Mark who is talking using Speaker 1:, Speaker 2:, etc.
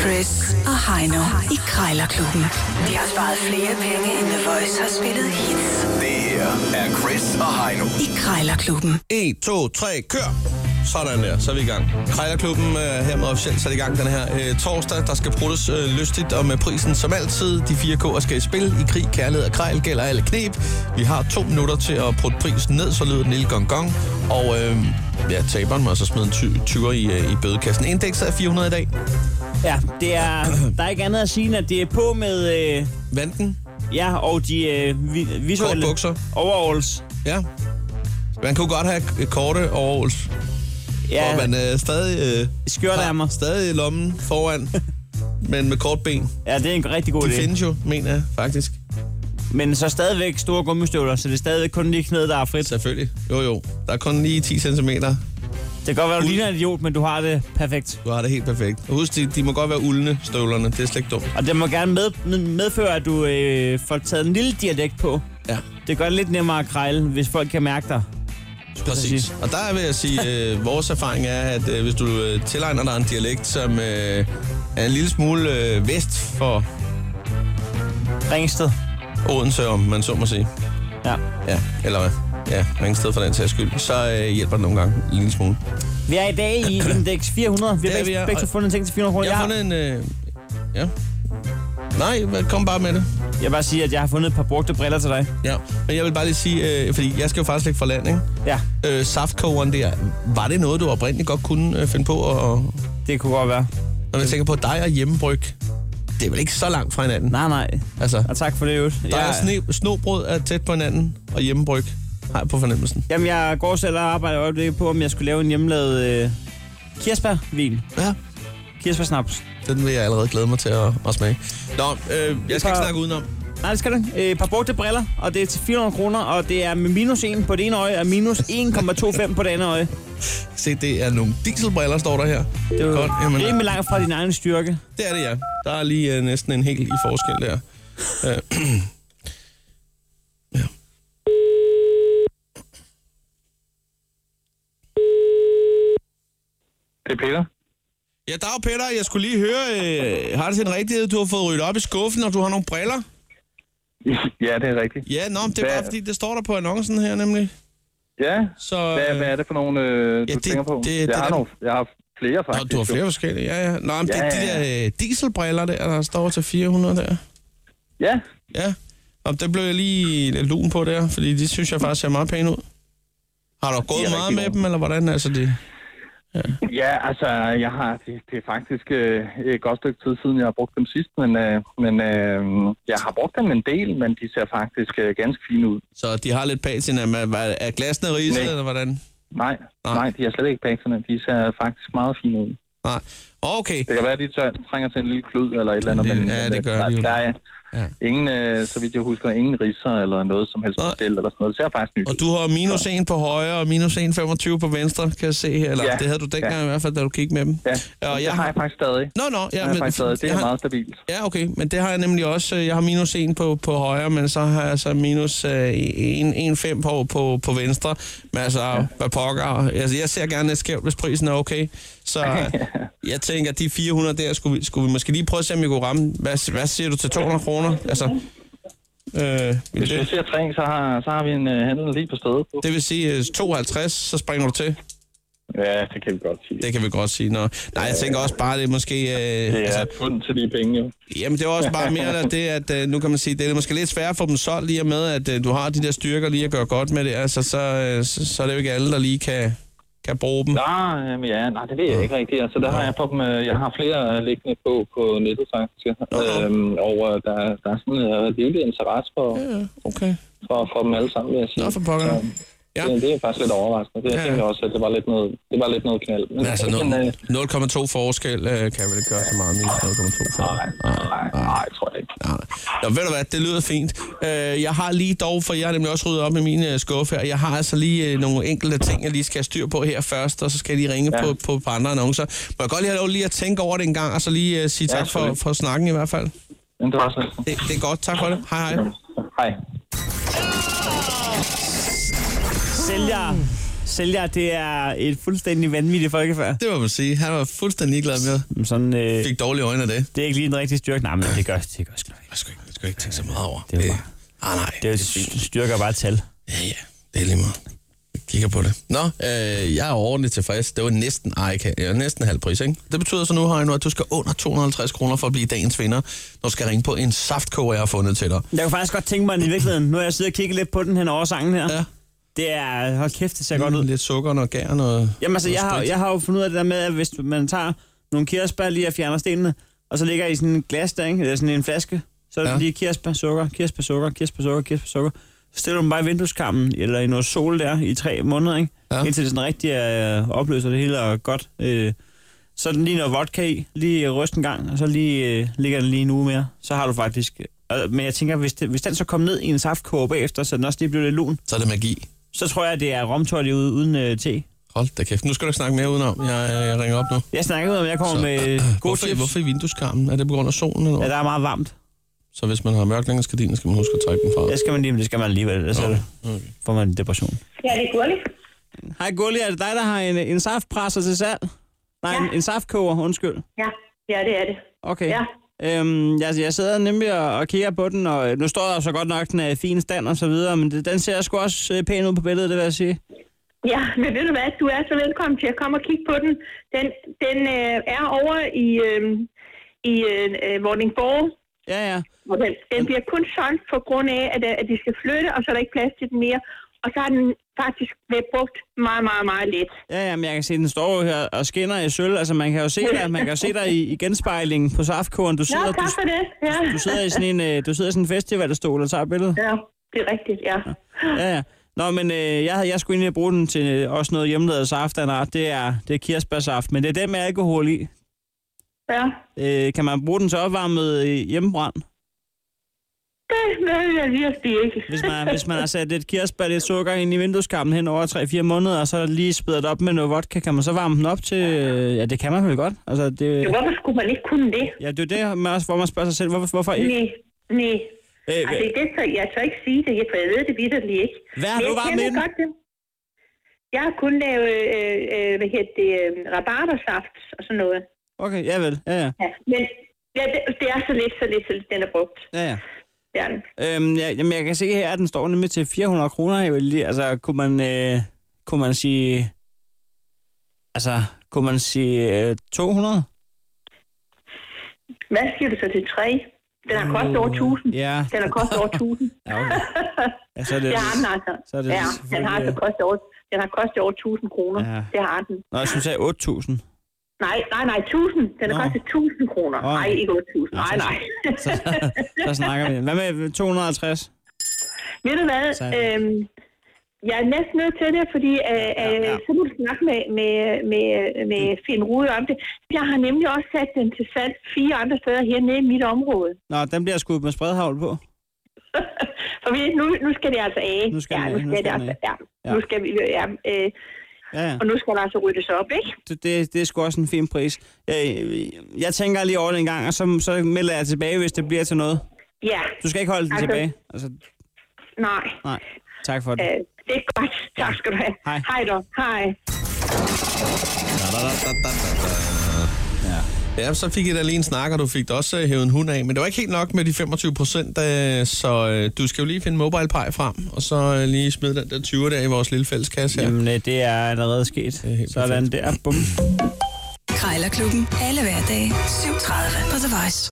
Speaker 1: Chris og Heino i Krejlerklubben. De har sparet flere penge, end The Voice har spillet hits
Speaker 2: Det her er Chris og Heino.
Speaker 1: i Krejlerklubben.
Speaker 3: 1, 2, 3, kør! Sådan der, så er vi i gang. Krejlerklubben er hermed officielt sat i gang den her øh, torsdag. Der skal bruges øh, lystigt og med prisen som altid. De fire K'er skal i spil. I krig, kærlighed og krejl gælder alle knep. Vi har to minutter til at putte prisen ned, så lyder den lille gong gong. Og øh, ja, taberen må så smide en ty- 20'er i, øh, i bødekassen. Indekset er 400 i dag.
Speaker 4: Ja, det er, der er ikke andet at sige, end at det er på med, øh,
Speaker 3: Vanden?
Speaker 4: ja, og de øh, vi, visuelle
Speaker 3: Korte bukser.
Speaker 4: overalls.
Speaker 3: Ja. Man kunne godt have øh, korte overholds, ja.
Speaker 4: Ja,
Speaker 3: hvor man øh, stadig, øh,
Speaker 4: skjørtærmer.
Speaker 3: stadig i lommen foran, men med kort ben.
Speaker 4: Ja, det er en rigtig god
Speaker 3: De
Speaker 4: idé.
Speaker 3: findes jo, mener jeg faktisk.
Speaker 4: Men så stadigvæk store gummistøvler, så det er stadigvæk kun lige knæet, der er frit.
Speaker 3: Selvfølgelig. Jo, jo. Der er kun lige 10 cm.
Speaker 4: Det kan godt være, du ligner en idiot, men du har det perfekt.
Speaker 3: Du har det helt perfekt. Og husk, de, de må godt være uldne, støvlerne. Det er slet ikke dumt.
Speaker 4: Og det må gerne med, med, medføre, at du øh, får taget en lille dialekt på.
Speaker 3: Ja,
Speaker 4: Det gør det lidt nemmere at krejle, hvis folk kan mærke dig.
Speaker 3: præcis. Og der vil jeg sige, øh, vores erfaring er, at øh, hvis du øh, tilegner dig en dialekt, som øh, er en lille smule øh, vest for
Speaker 4: Ringsted.
Speaker 3: Odense, om man så må sige,
Speaker 4: Ja.
Speaker 3: ja, eller hvad? Ja, mange steder for den sags skyld, så øh, hjælper det nogle gange en lille smule.
Speaker 4: Vi er i dag i indeks 400. Vi
Speaker 3: Det er
Speaker 4: har
Speaker 3: vi, ja.
Speaker 4: begge, begge to fundet en ting til 400 kroner.
Speaker 3: Jeg
Speaker 4: Jeg,
Speaker 3: har
Speaker 4: har-
Speaker 3: fundet en... Øh, ja. Nej, hvad- kom bare med det.
Speaker 4: jeg vil bare sige, at jeg har fundet et par brugte briller til dig.
Speaker 3: Ja, men jeg vil bare lige sige, øh, fordi jeg skal jo faktisk ikke fra land, ikke?
Speaker 4: Ja,
Speaker 3: øh, saftkogeren der, var det noget, du oprindeligt godt kunne øh, finde på? Og,
Speaker 4: det kunne godt være.
Speaker 3: når man tænker på dig og hjemmebryg, det er vel ikke så langt fra hinanden?
Speaker 4: Nej, nej.
Speaker 3: Altså,
Speaker 4: Og tak for det, Jørgen.
Speaker 3: der er sne, snobrød er tæt på hinanden, og hjemmebryg har jeg på fornemmelsen.
Speaker 4: Jamen, jeg går selv og arbejder i øjeblikket på, om jeg skulle lave en hjemmelavet øh, kirsebærvin.
Speaker 3: Ja,
Speaker 4: Kirsebærsnaps.
Speaker 3: den vil jeg allerede glæde mig til at, at smage. Nå, øh, jeg skal ikke
Speaker 4: bare-
Speaker 3: snakke udenom.
Speaker 4: Nej, det skal du ikke. Øh, Et par brugte briller, og det er til 400 kroner, og det er med minus 1 på det ene øje, og minus 1,25 på det andet øje.
Speaker 3: Se, det er nogle dieselbriller, står der her.
Speaker 4: Det er jo
Speaker 3: Godt, jamen,
Speaker 4: rimelig langt fra din egen styrke.
Speaker 3: det er det, ja. Der er lige øh, næsten en hel i forskel der. Øh,
Speaker 5: Det er Peter.
Speaker 3: ja, dag Peter, jeg skulle lige høre, øh, har det til en rigtighed, du har fået ryddet op i skuffen, og du har nogle briller?
Speaker 5: ja, det er rigtigt.
Speaker 3: Ja, nå, men det er
Speaker 5: Hvad-
Speaker 3: bare fordi, det står der på annoncen her nemlig.
Speaker 5: Ja,
Speaker 3: Så,
Speaker 5: hvad, hvad er det for nogle, øh, du
Speaker 3: ja, det-
Speaker 5: tænker på?
Speaker 3: det-
Speaker 5: jeg,
Speaker 3: det er
Speaker 5: har
Speaker 3: dem.
Speaker 5: nogle, jeg har flere,
Speaker 3: Nå,
Speaker 5: faktisk.
Speaker 3: du har
Speaker 5: jo.
Speaker 3: flere forskellige, ja, ja. Nå, men ja,
Speaker 5: Ja,
Speaker 3: det, de
Speaker 5: ja,
Speaker 3: der øh, dieselbriller der, der står til 400 der.
Speaker 5: Ja,
Speaker 3: Ja, og det blev jeg lige lidt lun på der, fordi de synes jeg faktisk ser meget pæne ud. Har du gået
Speaker 5: er
Speaker 3: meget
Speaker 5: rigtig
Speaker 3: med
Speaker 5: gode.
Speaker 3: dem, eller hvordan? Altså, de...
Speaker 5: ja altså, jeg har, det, det er faktisk øh, et godt stykke tid siden, jeg har brugt dem sidst, men, øh, men øh, jeg har brugt dem en del, men de ser faktisk øh, ganske fine ud.
Speaker 3: Så de har lidt patina, men hvad- er glasene ridset,
Speaker 5: Nej.
Speaker 3: eller hvordan?
Speaker 5: Nej,
Speaker 3: Nå.
Speaker 5: nej, nej de er slet ikke patinerne. De ser faktisk meget fine ud.
Speaker 3: Nej. Okay,
Speaker 5: Det kan være, at de tør, trænger til en lille klud eller et eller andet,
Speaker 3: Det-
Speaker 5: men
Speaker 3: ja,
Speaker 5: men,
Speaker 3: det
Speaker 5: øh,
Speaker 3: gør
Speaker 5: der,
Speaker 3: de jo.
Speaker 5: der er
Speaker 3: Ja.
Speaker 5: ingen, øh, så vidt jeg husker, ingen ridser eller noget som helst
Speaker 3: Nej.
Speaker 5: model eller sådan noget. Det ser faktisk nyt
Speaker 3: og
Speaker 5: ud.
Speaker 3: du har minus 1 på højre og minus 1,25 på venstre, kan jeg se her. Eller
Speaker 5: Ja,
Speaker 3: det havde du dengang
Speaker 5: ja.
Speaker 3: i hvert fald, da du kiggede med dem.
Speaker 5: Ja,
Speaker 3: og
Speaker 5: det
Speaker 3: jeg
Speaker 5: har jeg faktisk stadig.
Speaker 3: Nå, nå,
Speaker 5: Ja,
Speaker 3: ja,
Speaker 5: men, faktisk stadig. Det
Speaker 3: jeg
Speaker 5: er
Speaker 3: har-
Speaker 5: meget stabilt.
Speaker 3: Ja, okay. Men det har jeg nemlig også. øh, Jeg har minus 1 på, på højre, men så har jeg så minus øh, 1,5 på, på, på venstre. Men altså, ja. hvad pokker. Altså, jeg ser gerne lidt skævt, hvis prisen er okay. Så øh, jeg tænker, at de 400 der, skulle, vi- skulle vi måske lige prøve at se, om vi kunne ramme. Hvad, hvad siger du til 200 kroner? Altså, øh, vil
Speaker 5: Hvis du
Speaker 3: det,
Speaker 5: ser tre, så har, så har vi en uh, handel lige på stedet.
Speaker 3: det vil sige øh, 52, så springer du til.
Speaker 5: Ja, det kan vi godt sige. Det,
Speaker 3: Det kan vi godt sige. Nå. Nej, jeg tænker også bare, det er måske... Øh,
Speaker 5: det er et fund til de penge, jo.
Speaker 3: Jamen, det er også bare mere af det, at øh, nu kan man sige, det er måske lidt svært at få dem solgt lige og med, at øh, du har de der styrker lige at gøre godt med det. Altså, så, øh, så, så er det jo ikke alle, der lige kan, kan bruge dem.
Speaker 5: Nej, jamen, øh, ja, nej, det ved jeg ikke rigtigt. Altså, der har jeg, på dem, øh, jeg har flere øh, liggende på, på nettet, faktisk.
Speaker 3: Nå.
Speaker 5: Øhm, og øh, der, der er sådan en øh, lille interesse for,
Speaker 3: Ja, okay.
Speaker 5: for, for dem alle sammen, vil jeg sige.
Speaker 3: Nå, for pokker.
Speaker 5: Så,
Speaker 3: Ja.
Speaker 5: det, det, er faktisk lidt overraskende. Det, jeg
Speaker 3: Ja.
Speaker 5: tænker også, at det var lidt noget, det var lidt noget knald. Men, øh,
Speaker 3: Men altså, nul- 0,2 forskel øh, kan vel ikke gøre så meget mere. 0,2 forskel.
Speaker 5: nej, nej, nej, tror jeg ikke.
Speaker 3: Nej, nej. Nå, ved du hvad, det lyder fint. Øh, jeg har lige dog, for jeg har nemlig også ryddet op i min øh, skuffe her, jeg har altså lige øh, nogle enkelte ting, jeg lige skal have styr på her først, og så skal jeg lige ringe ja.
Speaker 5: Ja.
Speaker 3: på, på, på andre annoncer. Må jeg godt lige have lov lige at tænke over det en gang, og så lige øh, sige
Speaker 5: Ja,
Speaker 3: tak for,
Speaker 5: selvfølgelig.
Speaker 3: for snakken i hvert fald.
Speaker 5: Men det var sådan.
Speaker 3: Det, det er godt, tak for det. Hej hej.
Speaker 5: Hej.
Speaker 4: Sælger Sælger, det er et fuldstændig vanvittigt folkefærd.
Speaker 3: Det må man sige. Han var fuldstændig ligeglad med.
Speaker 4: Sådan, øh,
Speaker 3: Fik dårlige øjne af det.
Speaker 4: det er ikke lige den rigtige styrke. Nej, men det gør, det gør sgu ikke.
Speaker 3: Jeg skal ikke, jeg skal ikke tænke så meget over.
Speaker 4: Det er jo
Speaker 3: Øh,
Speaker 4: bare-
Speaker 3: Ah, nej.
Speaker 4: Det er jo styrker bare tal.
Speaker 3: Ja, ja. Det er lige meget. Jeg kigger på det. Nå, øh, jeg er overordentligt tilfreds. Det var næsten, ej, kan- ja, næsten halv pris, ikke? Det betyder så nu, Heino, at du skal under 250 kroner for at blive dagens vinder, når du skal ringe på en saftkoger, jeg har fundet til dig.
Speaker 4: Jeg kunne faktisk godt tænke mig den i virkeligheden. Nu har jeg siddet og kigget lidt på den hen over sangen her.
Speaker 3: Ja. Mm.
Speaker 4: Det er, hold kæft, det ser godt ud.
Speaker 3: Lidt sukker, noget gær, noget...
Speaker 4: Jamen altså,
Speaker 3: noget
Speaker 4: jeg har,
Speaker 3: sprit.
Speaker 4: jeg har jo fundet ud af det der med, at hvis man tager nogle kirsebær lige og fjerner stenene, og så ligger i sådan en glas der, ikke? eller sådan en flaske, så er det
Speaker 3: Ja.
Speaker 4: ja. lige kirsebær, sukker, kirsebær, sukker, kirsebær, sukker, kirsebær, sukker. Så stiller du dem bare i vindueskarmen, eller i noget sol der, i tre måneder, ikke?
Speaker 3: Ja.
Speaker 4: Ja. indtil det sådan rigtig øh, opløser det hele og godt. Øh, så er den lige noget vodka i, lige ryst en gang, og så lige, øh, ligger den lige en uge mere. Så har du faktisk... Øh, men jeg tænker, hvis, det, hvis den så kom ned i en saftkåre bagefter, så den også lige blev lidt lun,
Speaker 3: Så er det magi.
Speaker 4: så tror jeg, det er romtolje ude, uden øh, te.
Speaker 3: Hold da kæft. Nu skal du ikke snakke mere udenom. Jeg, øh, jeg ringer op nu.
Speaker 4: Jeg snakker ud om, jeg kommer
Speaker 3: Så,
Speaker 4: så, med øh, gode
Speaker 3: hvorfor,
Speaker 4: tips.
Speaker 3: hvorfor i vindueskarmen? Er det på grund af solen? Eller?
Speaker 4: Ja,
Speaker 3: hvad?
Speaker 4: der er meget varmt.
Speaker 3: Så hvis man har mørklægningsgardiner, skal man huske at trække dem fra.
Speaker 4: Det skal man lige, men det skal man alligevel, ellers okay. får man en depression.
Speaker 6: Ja, det er gurligt.
Speaker 4: Hej Gulli, er det dig, der har en, en saftpresser til salg? Nej, ja. en,
Speaker 6: Ja.
Speaker 4: en saftkoger, undskyld.
Speaker 6: Ja, ja, det er det.
Speaker 4: Okay.
Speaker 6: Ja.
Speaker 4: Øhm, jeg, jeg sidder nemlig og, og kigger på den, og øh, nu står der jo så godt nok, den er i fin stand og så videre, men det, den ser sgu også øh, pæn ud på billedet, det vil jeg sige.
Speaker 6: Ja, men ved du hvad, du er så velkommen til at komme og kigge på den. Den, den øh, er over i, øh, i øh, Vordingborg,
Speaker 4: Ja, ja.
Speaker 6: og den, den bliver kun solgt på grund af, at, øh, at de skal flytte, og så er der ikke plads til den mere. Og så er den faktisk blevet brugt meget, meget, meget lidt.
Speaker 4: Ja, ja, men jeg kan se, den står jo her og skinner i sølv. Altså, man kan jo se dig, man kan jo se dig i, i genspejlingen på saftkoren. Du
Speaker 6: Nå,
Speaker 4: sidder,
Speaker 6: tak for
Speaker 4: du,
Speaker 6: det. Ja.
Speaker 4: du sidder i sådan en, øh, du sidder i sådan en festivalstol og tager billedet.
Speaker 6: ja, det er rigtigt, ja.
Speaker 4: Ja, ja. Nå, men øh, jeg, havde, jeg skulle egentlig bruge den til øh, også noget hjemmelavet saft af en art. Det er, det er kirsebærsaft, men det er den med alkohol i.
Speaker 6: ja.
Speaker 4: Øh, kan man bruge den til opvarmet øh, hjemmebrænd?
Speaker 6: Det ved jeg virkelig ikke.
Speaker 4: Hvis man, hvis man har sat lidt kirsebær, lidt sukker ind i vindueskarmen hen over 3-4 måneder, og så lige spæder det op med noget vodka, kan man så varme den op til... Øh, ja, det kan man vel godt. Altså, det,
Speaker 6: Jo, Hvorfor skulle man ikke kunne det?
Speaker 4: ja, det er jo det, man også, hvor man spørger sig selv, hvorfor, hvorfor ikke?
Speaker 6: Nej, nej.
Speaker 4: Øh,
Speaker 6: Altså, det tør, jeg tør ikke sige det, for jeg ved det vidderligt ikke.
Speaker 4: Hvad har
Speaker 6: Men
Speaker 4: du
Speaker 6: jeg
Speaker 4: varmt
Speaker 6: kender
Speaker 4: inden?
Speaker 6: godt det. Jeg har kun lavet, øh, øh, hvad hedder det, øh, rabarbersaft og sådan noget.
Speaker 4: okay, ja vel. Ja, ja.
Speaker 6: Ja. Men ja, det, det, er så lidt, så lidt, så lidt, den er brugt.
Speaker 4: ja, ja.
Speaker 6: Det er den.
Speaker 4: Øhm, ja, jamen, jeg kan se her, at den står nemlig til 400 kroner. Jeg vil lige, altså, kunne man, øh, kunne man sige... Altså, kunne man sige øh, 200?
Speaker 6: Hvad siger du så til tre? Den har kostet over
Speaker 4: Mm,
Speaker 6: 1000.
Speaker 4: Ja,
Speaker 6: Den har kostet over 1000.
Speaker 4: ja okay. Ja, så er det...
Speaker 6: Det har den altså.
Speaker 4: så er det
Speaker 6: ja, den har
Speaker 4: selvfølgelig- øh,
Speaker 6: altså kostet over, den har kostet over 1000 kroner.
Speaker 4: Ja.
Speaker 6: Ja. Det har den.
Speaker 4: Nå, jeg synes, jeg er 8.000.
Speaker 6: Nej, nej, nej, 1000. Den har
Speaker 4: Nå.
Speaker 6: kostet 1000 kroner.
Speaker 4: Åh.
Speaker 6: Nej, ikke 8000. Nej, nej.
Speaker 4: Så, så snakker vi. Hvad med 250?
Speaker 6: Ved du hvad?
Speaker 4: Så-
Speaker 6: Øhm, jeg er næsten nødt til det, fordi øh, øh,
Speaker 4: Ja, Mm. ja.
Speaker 6: så må du snakke med, med, med, med Finn Rude om det. Jeg har nemlig også sat den til salg fire andre steder her nede i mit område.
Speaker 4: Nå, den bliver skudt med spredhavl på.
Speaker 6: For vi, nu, nu skal det altså af.
Speaker 4: Nu skal
Speaker 6: ja,
Speaker 4: den af,
Speaker 6: nu
Speaker 4: nu skal
Speaker 6: skal det
Speaker 4: den
Speaker 6: altså
Speaker 4: af.
Speaker 6: ja.
Speaker 4: Ja.
Speaker 6: Nu skal vi, ja, øh,
Speaker 4: Ja, ja.
Speaker 6: og nu skal der altså ryddes op, ikke?
Speaker 4: Det, det, det er sgu også en fin pris. Jeg, jeg tænker lige over det en gang, og så, så melder jeg tilbage, hvis det bliver til noget.
Speaker 6: Ja,
Speaker 4: Du skal ikke holde den
Speaker 6: Altså-
Speaker 4: tilbage. Altså,
Speaker 6: nej.
Speaker 4: nej. Tak for det.
Speaker 6: Øh, det er godt. Tak skal du have.
Speaker 4: Hej.
Speaker 6: Hej då. Hej.
Speaker 3: Ja, så fik I da lige en snak, og du fik da også øh, hævet en hund af. Men det var ikke helt nok med de 25 procent, øh, så øh, du skal jo lige finde mobile pie frem, og så øh, lige smide den der 20 der i vores lille fælleskasse her.
Speaker 4: Jamen, øh, det er allerede sket.
Speaker 3: helt
Speaker 4: Sådan der. Bum.
Speaker 1: Krejlerklubben. Alle hverdage. 7.30 på The Voice.